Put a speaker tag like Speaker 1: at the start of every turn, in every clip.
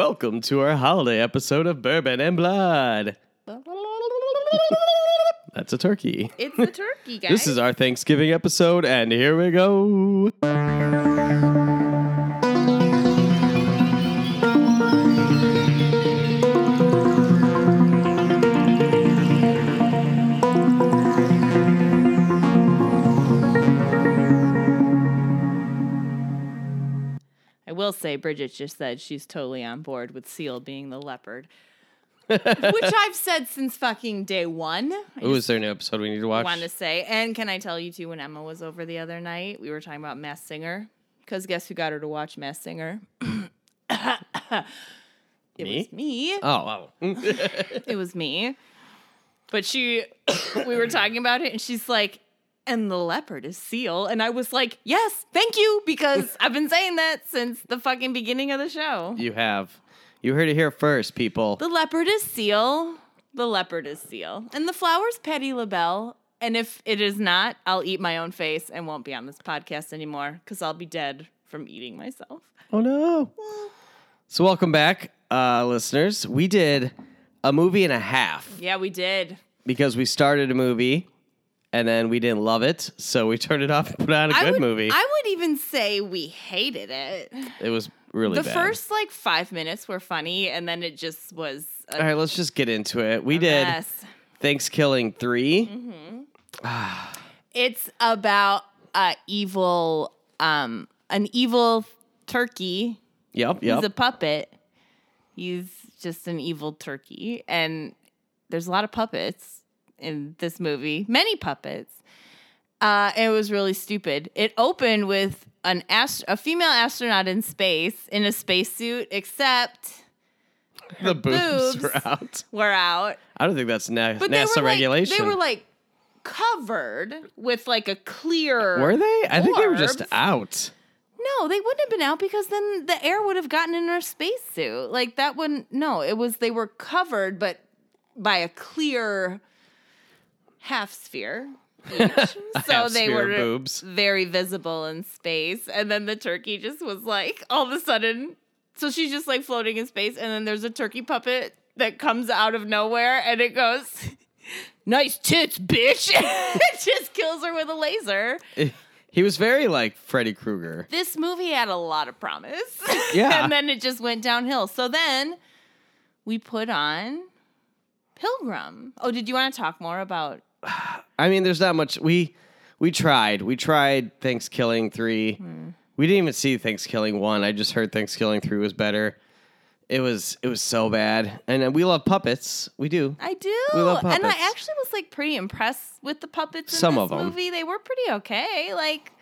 Speaker 1: Welcome to our holiday episode of Bourbon and Blood. That's a turkey.
Speaker 2: It's the turkey, guys.
Speaker 1: This is our Thanksgiving episode, and here we go.
Speaker 2: I will say, Bridget just said she's totally on board with Seal being the leopard, which I've said since fucking day one. I
Speaker 1: Ooh, is there an episode we need to watch?
Speaker 2: want to say, and can I tell you too? When Emma was over the other night, we were talking about Mass Singer because guess who got her to watch Mass Singer? it
Speaker 1: Me?
Speaker 2: was me.
Speaker 1: Oh, wow.
Speaker 2: it was me. But she, we were talking about it, and she's like, and the leopard is seal. And I was like, yes, thank you, because I've been saying that since the fucking beginning of the show.
Speaker 1: you have. You heard it here first, people.
Speaker 2: The leopard is seal. The leopard is seal. And the flower's Petty LaBelle. And if it is not, I'll eat my own face and won't be on this podcast anymore because I'll be dead from eating myself.
Speaker 1: Oh no. So welcome back, uh, listeners. We did a movie and a half
Speaker 2: Yeah, we did.
Speaker 1: because we started a movie and then we didn't love it, so we turned it off and put on a
Speaker 2: I
Speaker 1: good
Speaker 2: would,
Speaker 1: movie.
Speaker 2: I would even say we hated it.
Speaker 1: it was really
Speaker 2: the
Speaker 1: bad.
Speaker 2: first like five minutes were funny, and then it just was a
Speaker 1: All right, let's just get into it. We did
Speaker 2: mess.
Speaker 1: Thanks Killing 3
Speaker 2: It's about a evil, um, an evil turkey.
Speaker 1: Yep, yep.
Speaker 2: He's a puppet. He's just an evil turkey, and there's a lot of puppets in this movie. Many puppets. Uh, it was really stupid. It opened with an ast- a female astronaut in space in a spacesuit, except
Speaker 1: the boobs,
Speaker 2: boobs.
Speaker 1: were out.
Speaker 2: we're out.
Speaker 1: I don't think that's na-
Speaker 2: But
Speaker 1: NASA
Speaker 2: they were
Speaker 1: regulation.
Speaker 2: Like, they were like covered with like a clear.
Speaker 1: Were they? I think they were just
Speaker 2: Orbs.
Speaker 1: out.
Speaker 2: No, they wouldn't have been out because then the air would have gotten in our spacesuit. Like that wouldn't. No, it was they were covered, but by a clear half sphere. each. so they
Speaker 1: Half-sphere
Speaker 2: were
Speaker 1: boobs.
Speaker 2: very visible in space, and then the turkey just was like all of a sudden. So she's just like floating in space, and then there's a turkey puppet that comes out of nowhere, and it goes, "Nice tits, bitch!" it just kills her with a laser
Speaker 1: He was very like Freddy Krueger.
Speaker 2: this movie had a lot of promise.
Speaker 1: Yeah.
Speaker 2: and then it just went downhill. So then we put on Pilgrim. Oh, did you want to talk more about
Speaker 1: I mean, there's not much. We we tried. We tried Thanksgiving three.
Speaker 2: Hmm.
Speaker 1: We didn't even see Thanksgiving one. I just heard Thanksgiving three was better. It was it was so bad. And uh, we love puppets. We do.
Speaker 2: I do.
Speaker 1: We love
Speaker 2: and I
Speaker 1: puppets.
Speaker 2: actually was like pretty impressed with the puppets in
Speaker 1: Some
Speaker 2: this
Speaker 1: of 'em.
Speaker 2: movie. They were pretty okay, like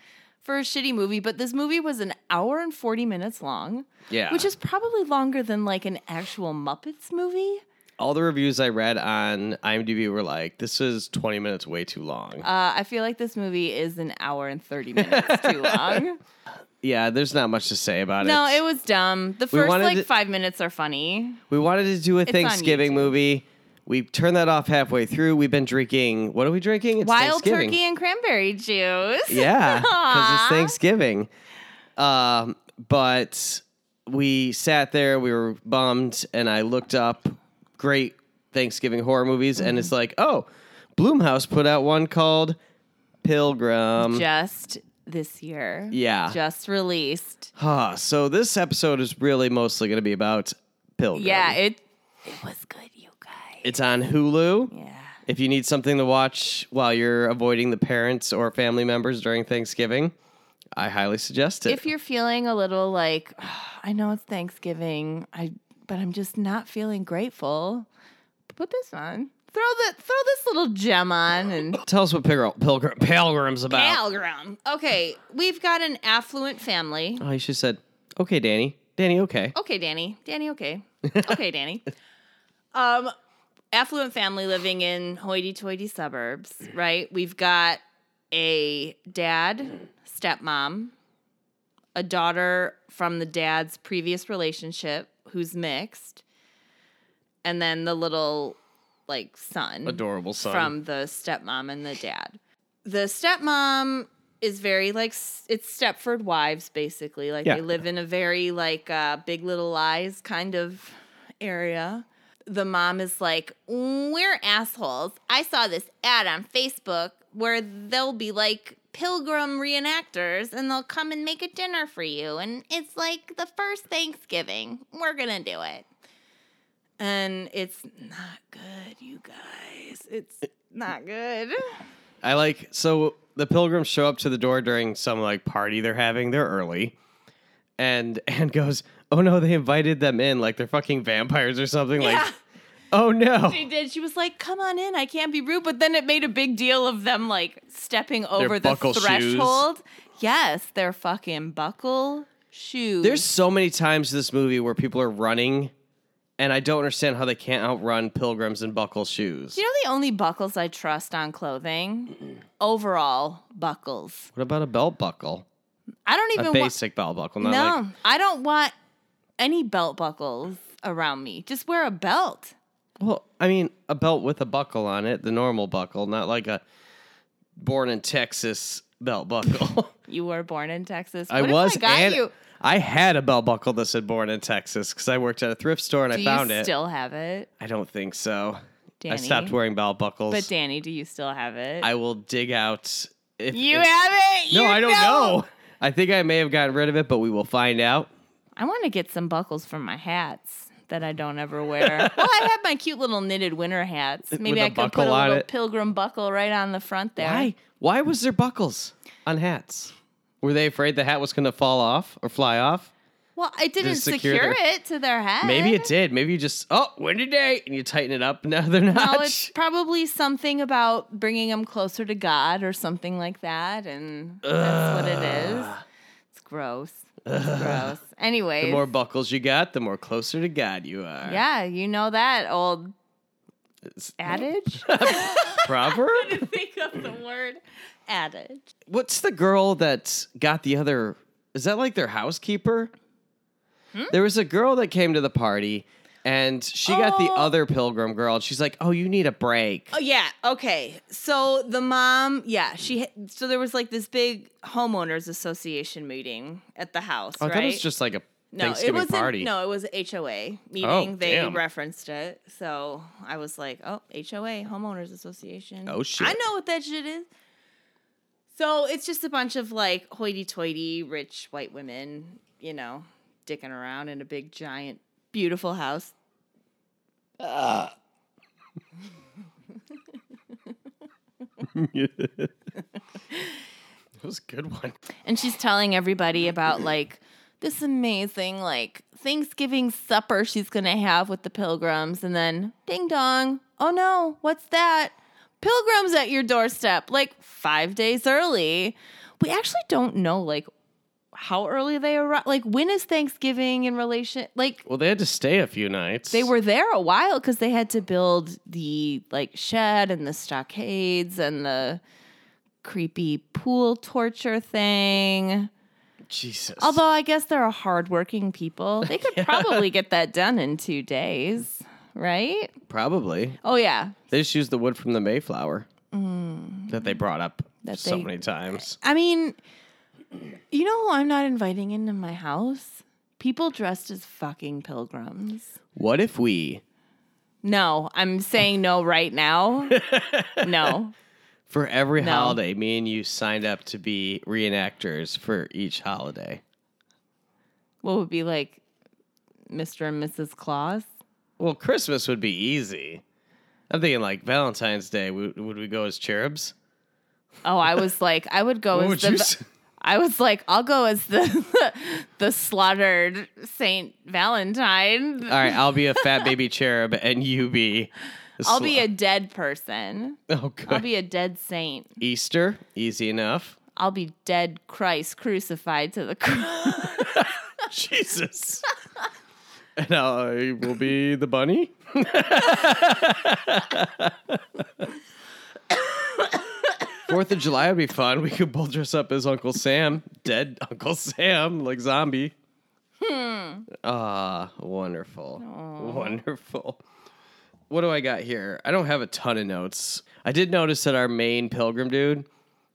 Speaker 2: for a shitty movie, but this movie was an hour and 40 minutes long,
Speaker 1: Yeah.
Speaker 2: which is probably longer than like an actual Muppets movie.
Speaker 1: all the reviews I read on IMDb were like, "This is 20 minutes way too long."
Speaker 2: Uh, I feel like this movie is an hour and 30 minutes too long.
Speaker 1: yeah, there's not much to say about
Speaker 2: No,
Speaker 1: it.
Speaker 2: it was dumb. The
Speaker 1: We
Speaker 2: first
Speaker 1: wanted
Speaker 2: like
Speaker 1: to-
Speaker 2: five minutes are funny.
Speaker 1: we wanted to do a
Speaker 2: on
Speaker 1: Thanksgiving
Speaker 2: YouTube.
Speaker 1: movie. We turned that off halfway through. We've been drinking. What are we drinking? It's
Speaker 2: Wild
Speaker 1: Thanksgiving.
Speaker 2: turkey and cranberry juice.
Speaker 1: Yeah, because
Speaker 2: Aw.
Speaker 1: it's Thanksgiving. Um, but we sat there, we were bummed, and I looked up great Thanksgiving horror movies, and
Speaker 2: Mm-hmm.
Speaker 1: it's like, oh, Bloomhouse put out one called Pilgrim.
Speaker 2: Just this year.
Speaker 1: yeah.
Speaker 2: Just released.
Speaker 1: Huh, so this episode is really mostly going to be about Pilgrim.
Speaker 2: Yeah, it it was good, you guys.
Speaker 1: It's on Hulu.
Speaker 2: Yeah.
Speaker 1: If you need something to watch while you're avoiding the parents or family members during Thanksgiving, I highly suggest it.
Speaker 2: If you're feeling a little like, "Ah, I know it's Thanksgiving, I but I'm just not feeling grateful, put this on. Throw the throw this little gem on and
Speaker 1: Tell us what Pilgrim, Pilgrim, Pilgrim's about.
Speaker 2: Pilgrim. Okay, we've got an affluent family.
Speaker 1: Oh, you should have said, okay, Danny. Danny, okay.
Speaker 2: Okay, Danny. Danny, okay. Okay, Danny. Um, affluent family living in hoity toity suburbs, right? We've got a dad, stepmom, a daughter from the dad's previous relationship who's mixed, and then the little like son
Speaker 1: Adorable son.
Speaker 2: from the stepmom and the dad. The stepmom is very like s- it's Stepford Wives basically. Like
Speaker 1: Yeah.
Speaker 2: they live in a very like uh, Big Little Lies kind of area. The mom is like, "We're assholes." I saw this ad on Facebook where they'll be like pilgrim reenactors and they'll come and make a dinner for you and it's like the first Thanksgiving. We're going to do it. And it's not good, you guys. It's not good.
Speaker 1: I like so the pilgrims show up to the door during some like party they're having. They're early, and and goes, oh no, they invited them in like they're fucking vampires or something.
Speaker 2: Yeah.
Speaker 1: Like, oh no,
Speaker 2: She did. She was like, "Come on in. I can't be rude." But then it made a big deal of them like stepping over the
Speaker 1: buckle shoes.
Speaker 2: threshold. Yes, their fucking buckle shoes.
Speaker 1: there's so many times in this movie where people are running, and I don't understand how they can't outrun pilgrims in buckle shoes.
Speaker 2: Do you know the only buckles I trust on clothing? Overall buckles.
Speaker 1: What about a belt buckle?
Speaker 2: I don't
Speaker 1: A
Speaker 2: even want.
Speaker 1: basic belt buckle, not
Speaker 2: No,
Speaker 1: like
Speaker 2: I don't want any belt buckles around me. Just wear a belt.
Speaker 1: well, I mean a belt with a buckle on it, the normal buckle, not like a born in Texas belt buckle.
Speaker 2: You were born in Texas.
Speaker 1: I
Speaker 2: What if
Speaker 1: was
Speaker 2: I got
Speaker 1: and
Speaker 2: you.
Speaker 1: I had a belt buckle that said born in Texas because I worked at a thrift store and
Speaker 2: Do
Speaker 1: I found
Speaker 2: you
Speaker 1: it.
Speaker 2: still have it,
Speaker 1: I don't think so.
Speaker 2: Danny?
Speaker 1: I stopped wearing belt buckles.
Speaker 2: But Danny, do you still have it?
Speaker 1: I will dig out if
Speaker 2: You
Speaker 1: if-
Speaker 2: have it.
Speaker 1: No,
Speaker 2: You
Speaker 1: I don't know. I think I may have gotten rid of it, but we will find out.
Speaker 2: I want to get some buckles for my hats that I don't ever wear. well, I have my cute little knitted winter hats. Maybe
Speaker 1: a
Speaker 2: I could
Speaker 1: buckle
Speaker 2: put a
Speaker 1: on
Speaker 2: little
Speaker 1: it.
Speaker 2: pilgrim buckle right on the front there.
Speaker 1: Why? Why was there buckles on hats? Were they afraid the hat was going to fall off or fly off?
Speaker 2: Well, it didn't
Speaker 1: Just secure
Speaker 2: secure, it to their head.
Speaker 1: Maybe it did. Maybe you just oh windy day and you tighten it up another notch.
Speaker 2: No, it's probably something about bringing them closer to God or something like that, and that's what it is. It's gross. It's gross. Anyways,
Speaker 1: the more buckles you got, the more closer to God you are.
Speaker 2: yeah, you know that old
Speaker 1: It's-
Speaker 2: adage.
Speaker 1: Proverb.
Speaker 2: Think of the word adage.
Speaker 1: What's the girl that got the other? Is that like their housekeeper?
Speaker 2: Hmm?
Speaker 1: There was a girl that came to the party, and she got the
Speaker 2: Oh.
Speaker 1: other pilgrim girl. And she's like, "Oh, you need a break."
Speaker 2: Oh yeah, okay. So the mom, yeah, she so there was like this big homeowners association meeting at the house,
Speaker 1: I
Speaker 2: right?
Speaker 1: thought it Oh, was just like a
Speaker 2: no, it
Speaker 1: Thanksgiving
Speaker 2: wasn't.
Speaker 1: party.
Speaker 2: No, it was HOA meeting.
Speaker 1: Oh,
Speaker 2: they
Speaker 1: damn.
Speaker 2: referenced it, so I was like, oh, HOA homeowners association.
Speaker 1: Oh, shit.
Speaker 2: I know what that shit is. So it's just a bunch of like hoity-toity rich white women, you know, dicking around in a big giant beautiful house.
Speaker 1: it was a good one.
Speaker 2: and she's telling everybody about like this amazing like Thanksgiving supper she's gonna have with the pilgrims, and then ding dong, oh no, what's that? Pilgrims at your doorstep, like five days early. We actually don't know like how early they arrive. Like when is Thanksgiving in relation? Like
Speaker 1: Well, they had to stay a few nights.
Speaker 2: they were there a while because they had to build the like shed and the stockades and the creepy pool torture thing.
Speaker 1: Jesus.
Speaker 2: Although I guess they're a hardworking people. They could probably get that done in two days, right?
Speaker 1: probably
Speaker 2: Oh yeah.
Speaker 1: they just used the wood from the Mayflower that they brought up
Speaker 2: Mm. That
Speaker 1: so
Speaker 2: they-
Speaker 1: many times.
Speaker 2: I mean, you know who I'm not inviting into my house? People dressed as fucking pilgrims.
Speaker 1: What if we,
Speaker 2: No, I'm saying no right now. No.
Speaker 1: for every
Speaker 2: No.
Speaker 1: holiday, me and you signed up to be reenactors for each holiday?
Speaker 2: What would be like Mr. and Mrs. Claus?
Speaker 1: Well, Christmas would be easy. I'm thinking like Valentine's Day. Would, would we go as cherubs?
Speaker 2: Oh, I was like, I would go
Speaker 1: What
Speaker 2: as
Speaker 1: would
Speaker 2: the
Speaker 1: you?
Speaker 2: va-
Speaker 1: s-
Speaker 2: I was like, I'll go as the the slaughtered Saint Valentine.
Speaker 1: All right, I'll be a fat baby cherub, and you be. a
Speaker 2: I'll
Speaker 1: sl-
Speaker 2: be a dead person.
Speaker 1: Oh, good.
Speaker 2: I'll be a dead saint.
Speaker 1: Easter, easy enough.
Speaker 2: I'll be dead Christ crucified to the cross.
Speaker 1: Jesus. and I will be the bunny. Fourth of July would be fun. We could both dress up as Uncle Sam, dead Uncle Sam, like zombie.
Speaker 2: Hmm.
Speaker 1: Ah, wonderful. Wonderful. What do I got here? I don't have a ton of notes. I did notice that our main pilgrim dude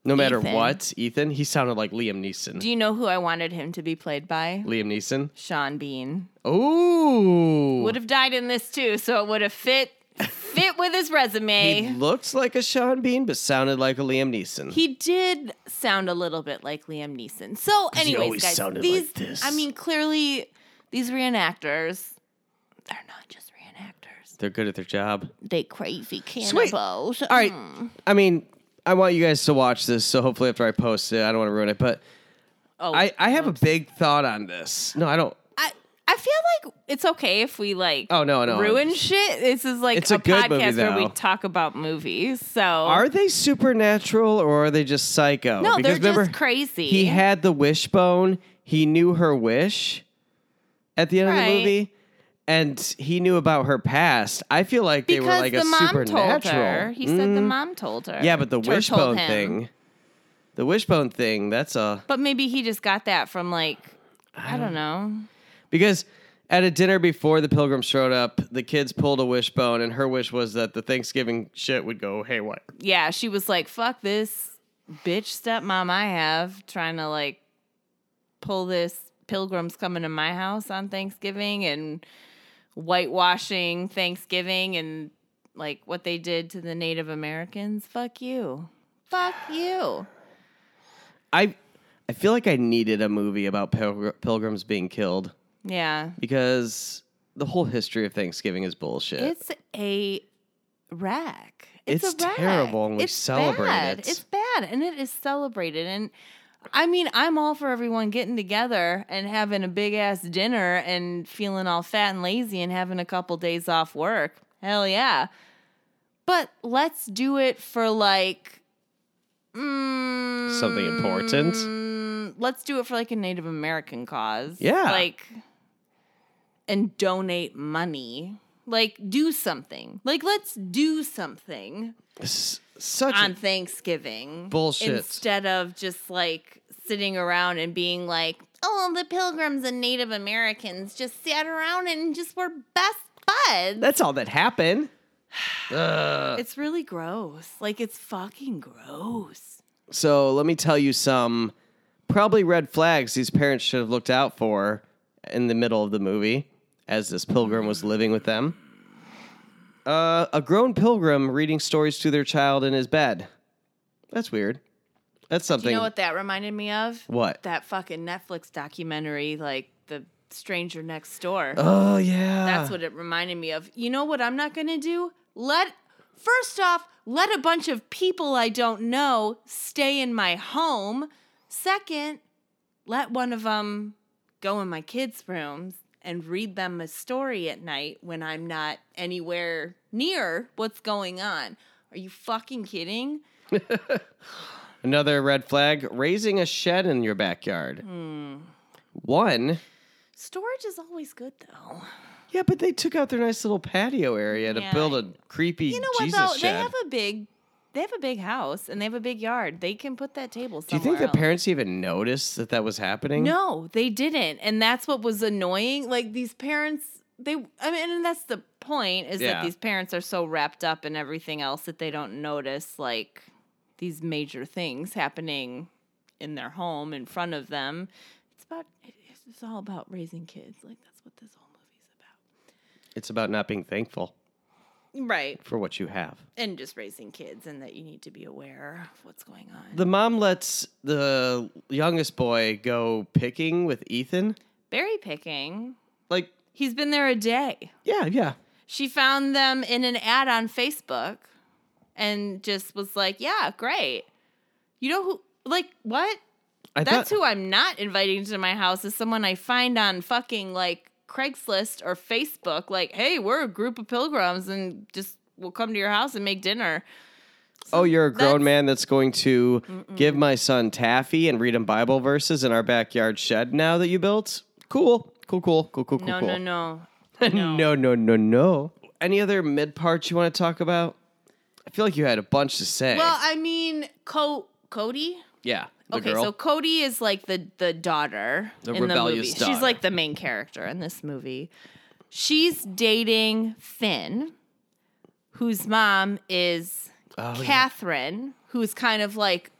Speaker 1: No matter
Speaker 2: Ethan.
Speaker 1: what, Ethan, he sounded like Liam Neeson.
Speaker 2: Do you know who I wanted him to be played by?
Speaker 1: Liam Neeson.
Speaker 2: Sean Bean.
Speaker 1: Ooh.
Speaker 2: Would have died in this too, so it would have fit fit with his resume.
Speaker 1: he looks like a Sean Bean, but sounded like a Liam Neeson.
Speaker 2: He did sound a little bit like Liam Neeson. So,
Speaker 1: he
Speaker 2: anyways,
Speaker 1: always
Speaker 2: guys,
Speaker 1: sounded
Speaker 2: these,
Speaker 1: like this.
Speaker 2: I mean, clearly, these reenactors, they're not just reenactors.
Speaker 1: They're good at their job.
Speaker 2: They crazy cannibals. Mm.
Speaker 1: All right. I mean, I want you guys to watch this, so hopefully after I post it, I don't want to ruin it, but
Speaker 2: Oh,
Speaker 1: I, I have a big thought on this. No, I don't.
Speaker 2: I, I feel like it's okay if we like.
Speaker 1: Oh, no, no.
Speaker 2: Ruin shit. This is like
Speaker 1: It's a good
Speaker 2: podcast
Speaker 1: movie,
Speaker 2: where we
Speaker 1: though.
Speaker 2: talk about movies. So
Speaker 1: Are they supernatural or are they just psycho?
Speaker 2: no, they're
Speaker 1: remember,
Speaker 2: just crazy.
Speaker 1: he had the wishbone. He knew her wish at the end of
Speaker 2: Right.
Speaker 1: the movie, and he knew about her past. I feel like they
Speaker 2: because
Speaker 1: were like
Speaker 2: the
Speaker 1: a
Speaker 2: mom
Speaker 1: supernatural. Mm.
Speaker 2: told her. He said the mom told her.
Speaker 1: yeah, but the
Speaker 2: or told
Speaker 1: wishbone
Speaker 2: him.
Speaker 1: thing, the wishbone thing. That's a
Speaker 2: But maybe he just got that from like I don't know.
Speaker 1: because at a dinner before the pilgrims showed up, the kids pulled a wishbone, and her wish was that the Thanksgiving shit would go haywire.
Speaker 2: Yeah, she was like, "Fuck this bitch stepmom I have trying to like pull this pilgrims coming to my house on Thanksgiving and whitewashing Thanksgiving and like what they did to the Native Americans. Fuck you. Fuck you."
Speaker 1: I I feel like I needed a movie about pilgr- pilgrims being killed
Speaker 2: Yeah.
Speaker 1: because the whole history of Thanksgiving is bullshit.
Speaker 2: It's a wreck.
Speaker 1: It's
Speaker 2: a wreck.
Speaker 1: terrible and we
Speaker 2: it's
Speaker 1: celebrate
Speaker 2: bad.
Speaker 1: it.
Speaker 2: It's bad and it is celebrated. And I mean, I'm all for everyone getting together and having a big ass dinner and feeling all fat and lazy and having a couple days off work. Hell yeah. But let's do it for like mm,
Speaker 1: Something important?
Speaker 2: Let's do it for like a Native American cause.
Speaker 1: Yeah.
Speaker 2: Like and donate money. Like do something. Like let's do something
Speaker 1: S- such
Speaker 2: on
Speaker 1: a
Speaker 2: Thanksgiving.
Speaker 1: Bullshit.
Speaker 2: Instead of just like sitting around and being like, oh, the pilgrims and Native Americans just sat around and just were best buds.
Speaker 1: That's all that happened. Ugh.
Speaker 2: it's really gross. Like it's fucking gross.
Speaker 1: So let me tell you some probably red flags these parents should have looked out for in the middle of the movie as this pilgrim was living with them. Uh, a grown pilgrim reading stories to their child in his bed. That's weird. That's
Speaker 2: Do
Speaker 1: something.
Speaker 2: you know what that reminded me of?
Speaker 1: What?
Speaker 2: That fucking Netflix documentary, like the stranger next door.
Speaker 1: Oh yeah.
Speaker 2: That's what it reminded me of. You know what I'm not going to do? Let First off, let a bunch of people I don't know stay in my home. Second, let one of them go in my kids' rooms and read them a story at night when I'm not anywhere near what's going on. Are you fucking kidding?
Speaker 1: Another red flag: raising a shed in your backyard.
Speaker 2: Hmm.
Speaker 1: One.
Speaker 2: Storage is always good though.
Speaker 1: Yeah, but they took out their nice little patio area to
Speaker 2: Yeah.
Speaker 1: build a creepy
Speaker 2: You know
Speaker 1: Jesus
Speaker 2: what though?
Speaker 1: shed.
Speaker 2: They have a big they have a big house and they have a big yard. They can put that table
Speaker 1: Do you think
Speaker 2: somewhere.
Speaker 1: the
Speaker 2: else.
Speaker 1: parents even noticed that that was happening?
Speaker 2: No, they didn't. And that's what was annoying. Like these parents, they I mean, and that's the point is
Speaker 1: Yeah.
Speaker 2: that these parents are so wrapped up in everything else that they don't notice like these major things happening in their home in front of them. It's about it's, it's all about raising kids. Like that's what this whole movie's
Speaker 1: It's about not being thankful
Speaker 2: about. Right.
Speaker 1: for what you have.
Speaker 2: And just raising kids and that you need to be aware of what's going on.
Speaker 1: The mom lets the youngest boy go picking with Ethan.
Speaker 2: Berry picking.
Speaker 1: Like,
Speaker 2: He's been there a day.
Speaker 1: yeah, yeah.
Speaker 2: She found them in an ad on Facebook and just was like, yeah, great. You know who, like, what?
Speaker 1: I
Speaker 2: That's
Speaker 1: thought,
Speaker 2: who I'm not inviting to my house is someone I find on fucking like Craigslist or Facebook. Like, hey, we're a group of pilgrims and just we'll come to your house and make dinner.
Speaker 1: Oh, you're a grown
Speaker 2: that's-
Speaker 1: man that's going to give my son taffy and read him Bible verses in our backyard shed now that you built? Cool. Cool, cool, cool, cool, cool,
Speaker 2: No,
Speaker 1: cool.
Speaker 2: no, no.
Speaker 1: no. no, no, no, Any other mid parts you want to talk about? I feel like you had a bunch to say.
Speaker 2: Well, I mean, Co- Cody?
Speaker 1: yeah. The
Speaker 2: Okay,
Speaker 1: girl.
Speaker 2: so Cody is like the the daughter
Speaker 1: The
Speaker 2: in
Speaker 1: rebellious
Speaker 2: the movie.
Speaker 1: daughter.
Speaker 2: She's like the main character in this movie. She's dating Finn, whose mom is
Speaker 1: Oh, yeah.
Speaker 2: Catherine, who's kind of like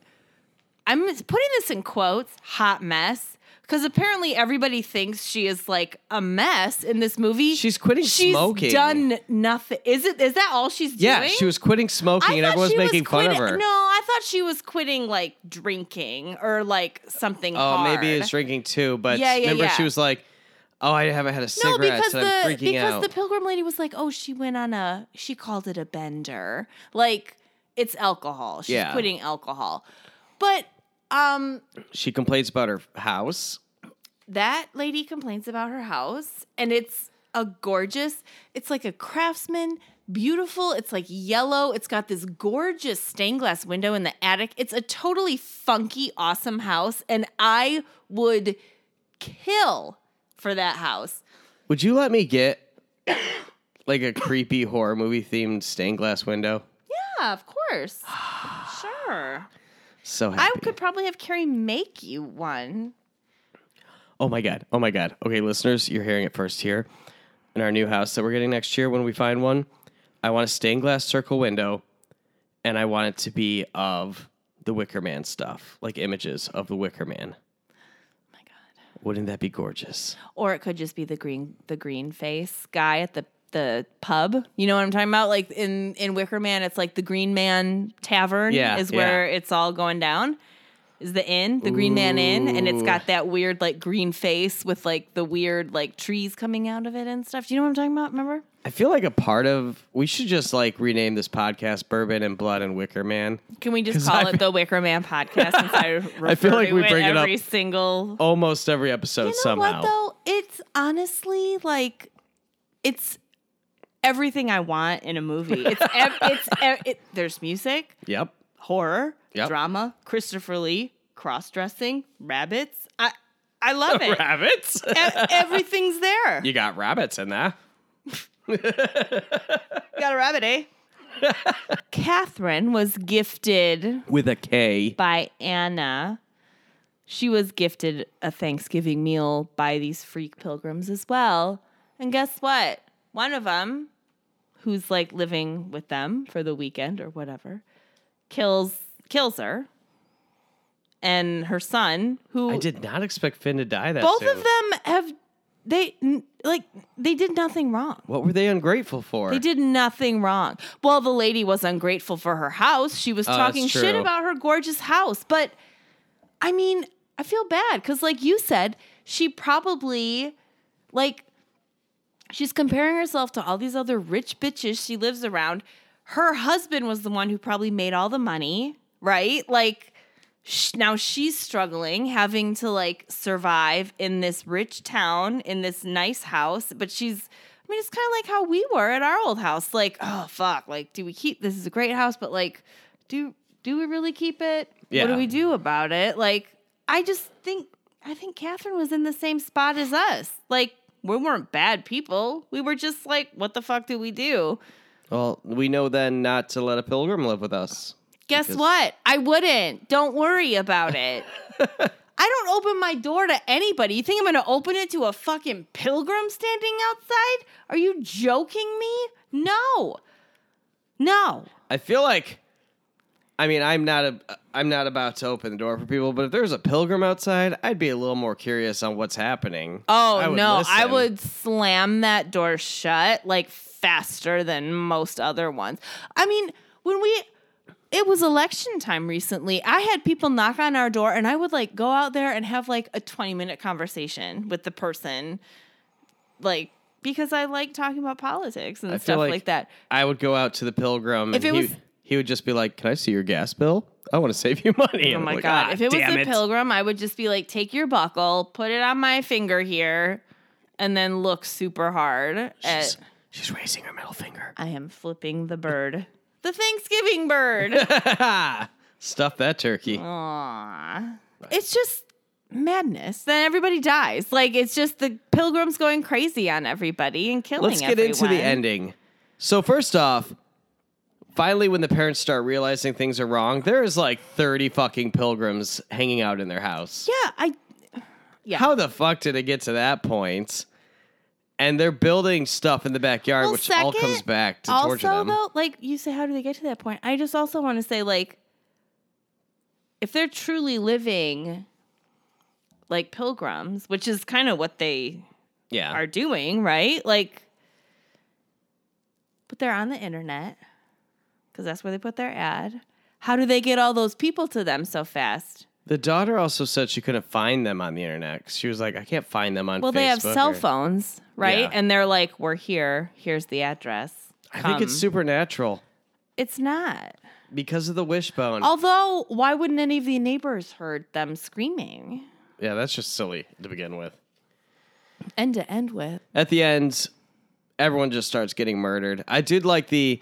Speaker 2: I'm putting this in quotes, hot mess, because apparently everybody thinks she is like a mess in this movie.
Speaker 1: She's quitting
Speaker 2: She's
Speaker 1: smoking.
Speaker 2: done nothing. Is it? Is that all she's
Speaker 1: Yeah,
Speaker 2: doing?
Speaker 1: she was quitting smoking, and
Speaker 2: thought
Speaker 1: everyone's
Speaker 2: she was
Speaker 1: making fun of
Speaker 2: quitting-
Speaker 1: her.
Speaker 2: No, I thought she was quitting like drinking or like something.
Speaker 1: oh,
Speaker 2: hard.
Speaker 1: maybe it's drinking too. But
Speaker 2: Yeah, yeah,
Speaker 1: remember,
Speaker 2: yeah.
Speaker 1: she was like, "Oh, I haven't had a
Speaker 2: No,
Speaker 1: cigarette,
Speaker 2: because
Speaker 1: so
Speaker 2: the
Speaker 1: I'm freaking
Speaker 2: because
Speaker 1: out."
Speaker 2: the pilgrim lady was like, "Oh, she went on a she called it a bender. Like it's alcohol. She's
Speaker 1: Yeah.
Speaker 2: quitting alcohol." But um
Speaker 1: she complains about her house.
Speaker 2: that lady complains about her house and it's a gorgeous it's like a craftsman beautiful it's like yellow it's got this gorgeous stained glass window in the attic it's a totally funky awesome house and i would kill for that house
Speaker 1: Would you let me get like a creepy horror movie themed stained glass window?
Speaker 2: yeah of course sure
Speaker 1: So happy.
Speaker 2: i could probably have carrie make you one
Speaker 1: Oh my god. Oh my god. Okay, listeners, you're hearing it first here. In our new house that we're getting next year when we find one, I want a stained glass circle window and I want it to be of the Wicker Man stuff, like images of the Wicker Man.
Speaker 2: oh my god
Speaker 1: Wouldn't that be gorgeous?
Speaker 2: or it could just be the green the green face guy at the the pub. You know what I'm talking about? Like in in Wicker Man, it's like the Green Man Tavern
Speaker 1: Yeah,
Speaker 2: is
Speaker 1: yeah.
Speaker 2: where it's all going down. Is the inn, the Green Man Inn, and it's
Speaker 1: Ooh.
Speaker 2: got that weird like green face with like the weird like trees coming out of it and stuff. Do you know what I'm talking about? Remember?
Speaker 1: I feel like a part of we should just like rename this podcast Bourbon and Blood and Wicker Man.
Speaker 2: Can we just
Speaker 1: 'Cause
Speaker 2: call
Speaker 1: I-
Speaker 2: it the Wicker Man podcast since I refer
Speaker 1: feel like
Speaker 2: to
Speaker 1: we
Speaker 2: it
Speaker 1: bring it up
Speaker 2: every single
Speaker 1: Almost every episode
Speaker 2: You know
Speaker 1: somehow.
Speaker 2: what though? It's honestly like it's everything I want in a movie. It's ev- it's ev- it, there's music,
Speaker 1: Yep.
Speaker 2: horror,
Speaker 1: Yep.
Speaker 2: drama, Christopher Lee, cross dressing, rabbits. I I love it.
Speaker 1: Rabbits.
Speaker 2: E- everything's there.
Speaker 1: you got rabbits in there.
Speaker 2: got a rabbit, eh? Catherine was gifted
Speaker 1: With a K.
Speaker 2: by Anna. She was gifted a Thanksgiving meal by these freak pilgrims as well. And guess what? One of them, who's like living with them for the weekend or whatever, kills kills her. And her son, who
Speaker 1: I did not expect Finn to die that
Speaker 2: both
Speaker 1: soon.
Speaker 2: of them have they n- like they did nothing wrong.
Speaker 1: What were they ungrateful for?
Speaker 2: They did nothing wrong. Well, the lady was ungrateful for her house. She was
Speaker 1: Oh, that's
Speaker 2: talking shit
Speaker 1: true.
Speaker 2: about her gorgeous house. But I mean, I feel bad because, like you said, she probably, like, she's comparing herself to all these other rich bitches she lives around. Her husband was the one who probably made all the money, right? Like, sh- now she's struggling having to like survive in this rich town in this nice house but she's i mean it's kind of like how we were at our old house like oh fuck like do we keep this is a great house but like do do we really keep it what do
Speaker 1: Yeah.
Speaker 2: we do about it like i just think i think catherine was in the same spot as us like we weren't bad people we were just like what the fuck do we do
Speaker 1: Well, we know then not to let a pilgrim live with us.
Speaker 2: Guess
Speaker 1: Because-
Speaker 2: what? I wouldn't. Don't worry about it. I don't open my door to anybody. You think I'm going to open it to a fucking pilgrim standing outside? Are you joking me? No. No.
Speaker 1: I feel like, I mean, I'm not a, I'm not about to open the door for people, but if there was a pilgrim outside, I'd be a little more curious on what's happening.
Speaker 2: Oh,
Speaker 1: I would
Speaker 2: no. I
Speaker 1: listen.
Speaker 2: would slam that door shut like faster than most other ones. I mean, when we. It was election time recently. I had people knock on our door and I would like go out there and have like a 20 minute conversation with the person like because I like talking about politics and
Speaker 1: I feel
Speaker 2: stuff
Speaker 1: like Oh
Speaker 2: like, that.
Speaker 1: I would go out to the pilgrim,
Speaker 2: If
Speaker 1: and
Speaker 2: it
Speaker 1: he,
Speaker 2: was-
Speaker 1: he would just be like, "Can I see your gas bill? I want to save you money." And
Speaker 2: Oh
Speaker 1: I'm
Speaker 2: my
Speaker 1: like,
Speaker 2: god!
Speaker 1: "Ah,
Speaker 2: if it was
Speaker 1: damn
Speaker 2: the pilgrim, I would just be like, take your buckle, put it on my finger here, and then look super hard
Speaker 1: she's,
Speaker 2: at.
Speaker 1: she's raising her middle finger.
Speaker 2: I am flipping the bird, the Thanksgiving bird.
Speaker 1: Stuff that
Speaker 2: Oh.
Speaker 1: turkey.
Speaker 2: Aw. It's just madness. Then everybody dies. Like it's just the pilgrims going crazy on everybody and killing.
Speaker 1: Let's get into the
Speaker 2: everyone.
Speaker 1: ending. So first off, finally, when the parents start realizing things are wrong, there is like thirty fucking pilgrims hanging out in their house.
Speaker 2: Yeah, I. Yeah.
Speaker 1: How the fuck did it get to that point? And they're building stuff in the backyard,
Speaker 2: Well,
Speaker 1: which all
Speaker 2: second,
Speaker 1: comes back to
Speaker 2: also
Speaker 1: torture them.
Speaker 2: though like you say how do they get to that point i just also want to say like if they're truly living like pilgrims, which is kind of what they
Speaker 1: Yeah.
Speaker 2: are doing, right? Like, but they're on the internet because that's where they put their ad. How do they get all those people to them so fast?
Speaker 1: the daughter also said she couldn't find them on the internet. 'cause She was like, I can't find them on
Speaker 2: Well, they have
Speaker 1: Facebook
Speaker 2: cell
Speaker 1: or-
Speaker 2: phones, right?
Speaker 1: Yeah.
Speaker 2: And they're like, we're here. Here's the address.
Speaker 1: I think it's
Speaker 2: Come.
Speaker 1: supernatural
Speaker 2: It's not.
Speaker 1: because of the wishbone.
Speaker 2: Although, why wouldn't any of the neighbors heard them screaming?
Speaker 1: Yeah, that's just silly to begin with.
Speaker 2: End to end with.
Speaker 1: At the end, everyone just starts getting murdered. I did like the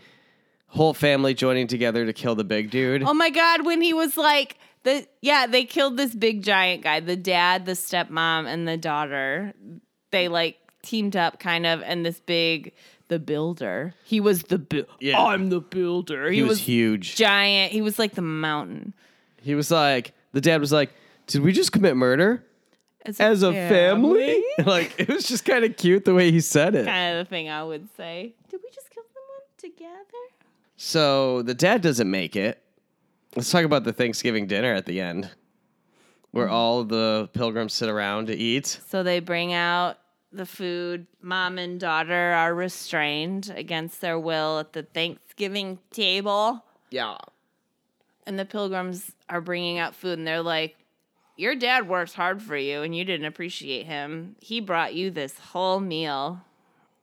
Speaker 1: whole family joining together to kill the big dude.
Speaker 2: Oh my god, when he was like the yeah, they killed this big giant guy, the dad, the stepmom, and the daughter. They like teamed up kind of and this big the builder. He was the bu-
Speaker 1: Yeah.
Speaker 2: I'm the builder. He,
Speaker 1: he was,
Speaker 2: was,
Speaker 1: huge.
Speaker 2: giant. He was like the mountain.
Speaker 1: He was like, the dad was like, did we just commit murder as a family? like, it was just kind of cute the way he said it.
Speaker 2: Kind of the thing I would say. Did we just kill someone together?
Speaker 1: So the dad doesn't make it. Let's talk about the Thanksgiving dinner at the end where all the pilgrims sit around to eat.
Speaker 2: So they bring out the food. Mom and daughter are restrained against their will at the Thanksgiving table.
Speaker 1: Yeah.
Speaker 2: and the pilgrims are bringing out food and they're like your dad works hard for you and you didn't appreciate him he brought you this whole meal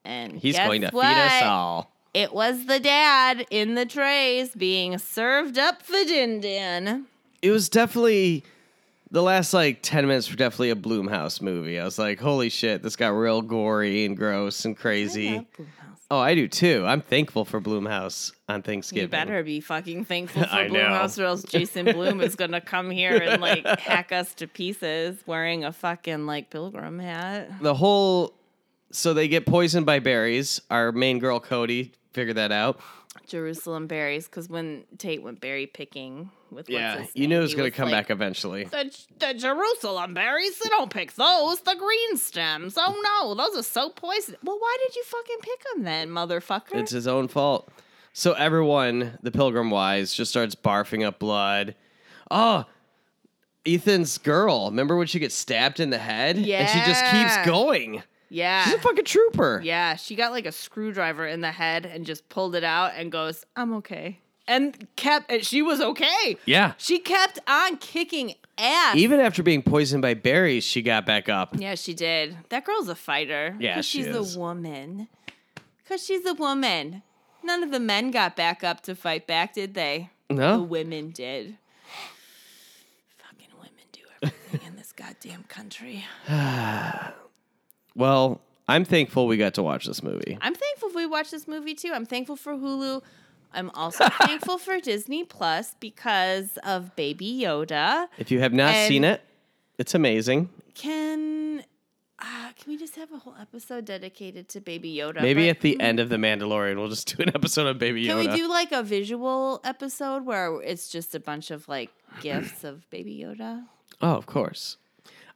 Speaker 2: and
Speaker 1: He's
Speaker 2: guess
Speaker 1: going to
Speaker 2: what?
Speaker 1: feed us all.
Speaker 2: it was the dad in the trays being served up the din din
Speaker 1: it was definitely the last like 10 minutes were definitely a bloomhouse movie i was like holy shit this got real gory and gross and crazy oh i do too i'm thankful for bloomhouse on thanksgiving
Speaker 2: you better be fucking thankful for
Speaker 1: I know.
Speaker 2: Bloomhouse, or else Jason Bloom is gonna come here and like hack us to pieces wearing a fucking like pilgrim hat.
Speaker 1: the whole so they get poisoned by berries our main girl cody figured that out
Speaker 2: Jerusalem berries because when Tate went berry picking with what's his
Speaker 1: you knew
Speaker 2: name,
Speaker 1: it was
Speaker 2: he
Speaker 1: going to come
Speaker 2: like,
Speaker 1: back eventually
Speaker 2: The, the Jerusalem berries, they don't pick those. The green stems. Oh no, those are so poisonous. Well, why did you fucking pick them then, motherfucker?
Speaker 1: It's his own fault. So everyone, the pilgrim wise, just starts barfing up blood. Oh, Ethan's girl. Remember when she gets stabbed in the head? And she just
Speaker 2: Yeah.
Speaker 1: keeps going. She's
Speaker 2: yeah.
Speaker 1: a fucking trooper.
Speaker 2: Yeah, she got like a screwdriver in the head and just pulled it out and goes, I'm okay. And kept, and she was okay.
Speaker 1: Yeah.
Speaker 2: She kept on kicking ass.
Speaker 1: Even after being poisoned by berries, she got back up.
Speaker 2: Yeah, she did. That girl's a fighter.
Speaker 1: Yeah,
Speaker 2: 'Cause
Speaker 1: she
Speaker 2: she's
Speaker 1: is.
Speaker 2: a woman. Cause she's a woman. None of the men got back up to fight back, did they? The
Speaker 1: No?
Speaker 2: women did. Fucking women do everything in this goddamn country.
Speaker 1: Well, I'm thankful we got to watch this movie.
Speaker 2: I'm thankful we watched this movie too. I'm thankful for Hulu. I'm also thankful for Disney Plus because of Baby Yoda.
Speaker 1: If you have not
Speaker 2: And-
Speaker 1: seen it, it's amazing.
Speaker 2: Can uh, can we just have a whole episode dedicated to Baby Yoda?
Speaker 1: Maybe
Speaker 2: But-
Speaker 1: at the end of The Mandalorian, we'll just do an episode on Baby
Speaker 2: Can
Speaker 1: Yoda.
Speaker 2: we do like a visual episode where it's just a bunch of like gifts of Baby Yoda?
Speaker 1: Oh, of course.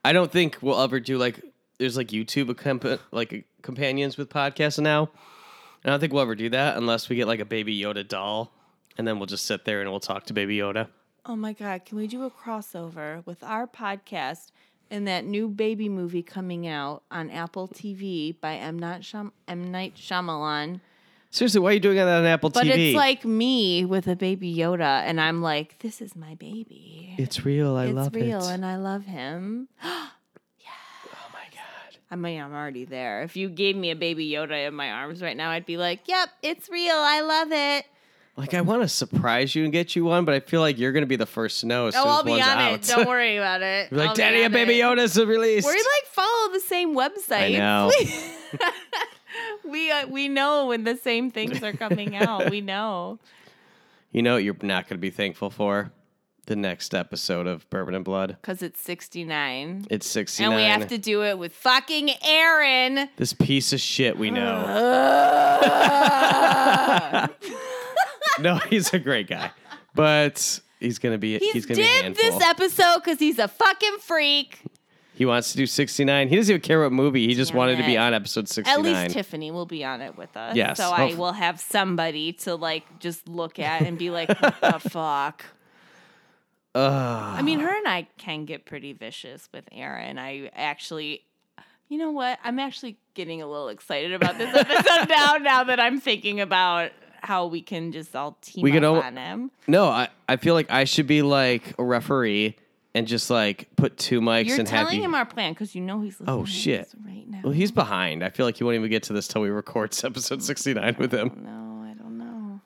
Speaker 1: I don't think we'll ever do like there's like YouTube accompa- like companions with podcasts now. I don't think we'll ever do that unless we get like a Baby Yoda doll, and then we'll just sit there and we'll talk to Baby Yoda.
Speaker 2: Oh my God, can we do a crossover with our podcast and that new baby movie coming out on Apple TV by M. Night, Shyam- M. Night Shyamalan?
Speaker 1: Seriously, why are you doing that on Apple
Speaker 2: But
Speaker 1: TV?
Speaker 2: it's like me with a Baby Yoda, and I'm like, this is my baby.
Speaker 1: it's real. I
Speaker 2: it's
Speaker 1: love
Speaker 2: real,
Speaker 1: it.
Speaker 2: and I love him.
Speaker 1: oh my god.
Speaker 2: I mean, I'm already there. If you gave me a Baby Yoda in my arms right now, I'd be like, yep, it's real. I love it.
Speaker 1: Like I want to surprise you and get you one, but I feel like you're gonna be the first to know as soon
Speaker 2: Oh,
Speaker 1: as
Speaker 2: I'll be
Speaker 1: one's
Speaker 2: on
Speaker 1: out.
Speaker 2: it. Don't worry about it.
Speaker 1: You're like,
Speaker 2: I'll be
Speaker 1: Daddy, a
Speaker 2: on
Speaker 1: Baby
Speaker 2: it."
Speaker 1: Yoda's released.
Speaker 2: We like follow the same
Speaker 1: I
Speaker 2: website.
Speaker 1: know.
Speaker 2: we uh, we know when the same things are coming out. We know.
Speaker 1: you know what you're not gonna be thankful for? The next episode of Bourbon and Blood.
Speaker 2: Cuz it's 69.
Speaker 1: It's 69.
Speaker 2: And we have to do it with fucking Aaron.
Speaker 1: This piece of shit we
Speaker 2: Uh.
Speaker 1: know. no, he's a great guy, but he's gonna be he's,
Speaker 2: He's
Speaker 1: gonna be a
Speaker 2: did
Speaker 1: handful.
Speaker 2: this episode cuz he's a fucking freak.
Speaker 1: he wants to do sixty nine. He doesn't even care what movie. He just
Speaker 2: Damn
Speaker 1: wanted to be
Speaker 2: it.
Speaker 1: on episode sixty
Speaker 2: At
Speaker 1: nine.
Speaker 2: least Tiffany will be on it with us.
Speaker 1: Yes,
Speaker 2: So I
Speaker 1: hope-
Speaker 2: will have somebody to like just look at and be like, what the fuck?
Speaker 1: Ugh.
Speaker 2: I mean, her and I can get pretty vicious with Aaron. I actually, you know what? I'm actually getting a little excited about this episode now. Now that I'm thinking about how we can just all team
Speaker 1: We
Speaker 2: up
Speaker 1: could al-
Speaker 2: on him.
Speaker 1: No, I, I feel like I should be like a referee and just like put two mics
Speaker 2: You're
Speaker 1: and have
Speaker 2: telling
Speaker 1: you.
Speaker 2: him our plan because you know he's listening.
Speaker 1: Oh,
Speaker 2: to
Speaker 1: shit.
Speaker 2: this Right now.
Speaker 1: well, he's behind. I feel like he won't even get to this till we record episode sixty nine with him.
Speaker 2: no, I don't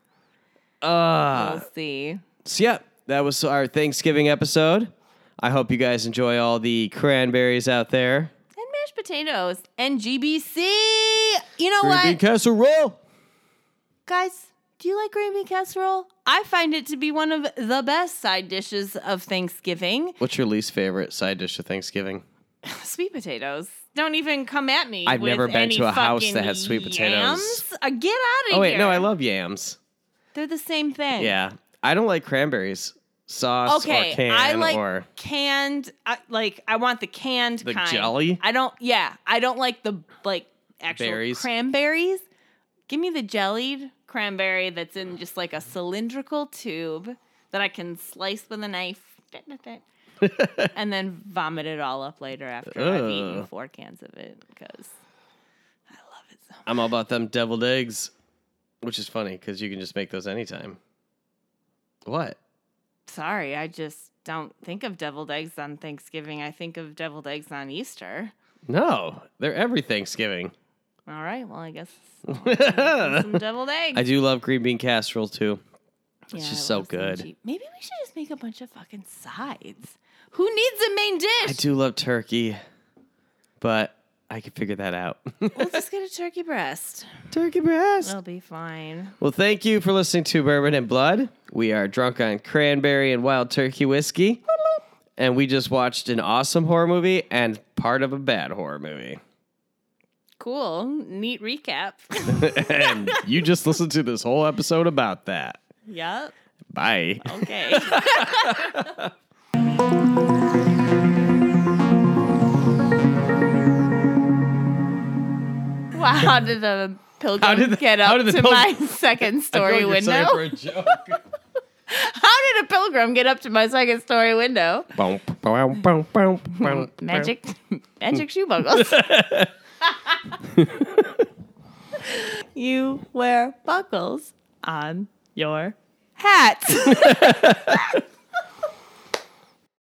Speaker 2: know.
Speaker 1: Uh,
Speaker 2: We'll see.
Speaker 1: So yeah, that was our Thanksgiving episode. I hope you guys enjoy all the cranberries out there.
Speaker 2: And mashed potatoes and GBC. You know
Speaker 1: Green
Speaker 2: what?
Speaker 1: bean casserole.
Speaker 2: Guys, do you like green bean casserole? I find it to be one of the best side dishes of Thanksgiving.
Speaker 1: What's your least favorite side dish of Thanksgiving?
Speaker 2: Sweet potatoes. Don't even come at me.
Speaker 1: I've
Speaker 2: with
Speaker 1: never been
Speaker 2: any
Speaker 1: to a house
Speaker 2: fucking
Speaker 1: that had sweet potatoes.
Speaker 2: Yams. Uh, get out of
Speaker 1: Oh
Speaker 2: here.
Speaker 1: wait, no, I love yams.
Speaker 2: They're the same thing.
Speaker 1: Yeah, I don't like cranberries sauce
Speaker 2: Okay,
Speaker 1: or can
Speaker 2: I like
Speaker 1: or
Speaker 2: canned. I, like I want the canned
Speaker 1: The
Speaker 2: kind.
Speaker 1: jelly?
Speaker 2: I don't. Yeah, I don't like the like actual
Speaker 1: Berries?
Speaker 2: cranberries. Give me the jellied cranberry that's in just like a cylindrical tube that I can slice with a knife, bit, bit, bit, and then vomit it all up later after I've eaten
Speaker 1: Ugh.
Speaker 2: four cans of it because I love it so. much.
Speaker 1: I'm all about them deviled eggs, which is funny because you can just make those anytime. What?
Speaker 2: Sorry, I just don't think of deviled eggs on Thanksgiving. I think of deviled eggs on Easter.
Speaker 1: No, they're every Thanksgiving.
Speaker 2: All right, well, I guess
Speaker 1: I
Speaker 2: some deviled eggs.
Speaker 1: do love green bean casserole too. It's just so
Speaker 2: love some
Speaker 1: good.
Speaker 2: cheap- Maybe we should just make a bunch of fucking sides. Who needs a main dish?
Speaker 1: I do love turkey, but I can figure that out.
Speaker 2: Let's just get a turkey breast.
Speaker 1: turkey breast.
Speaker 2: It'll be fine.
Speaker 1: Well, thank you for listening to Bourbon and Blood. We are drunk on cranberry and wild turkey whiskey. And we just watched an awesome horror movie and part of a bad horror movie.
Speaker 2: Cool. Neat recap.
Speaker 1: and you just listened to this whole episode about that.
Speaker 2: yep.
Speaker 1: Bye.
Speaker 2: Okay. wow, how did the pilgrim
Speaker 1: How did the-
Speaker 2: get up
Speaker 1: how did the
Speaker 2: to
Speaker 1: pilgrim-
Speaker 2: my second story window?
Speaker 1: for a joke.
Speaker 2: How did a pilgrim get up to my second story window?
Speaker 1: Bump, bump, bump, bump, bump, bump.
Speaker 2: Magic, magic shoe buckles. you wear buckles on your hats.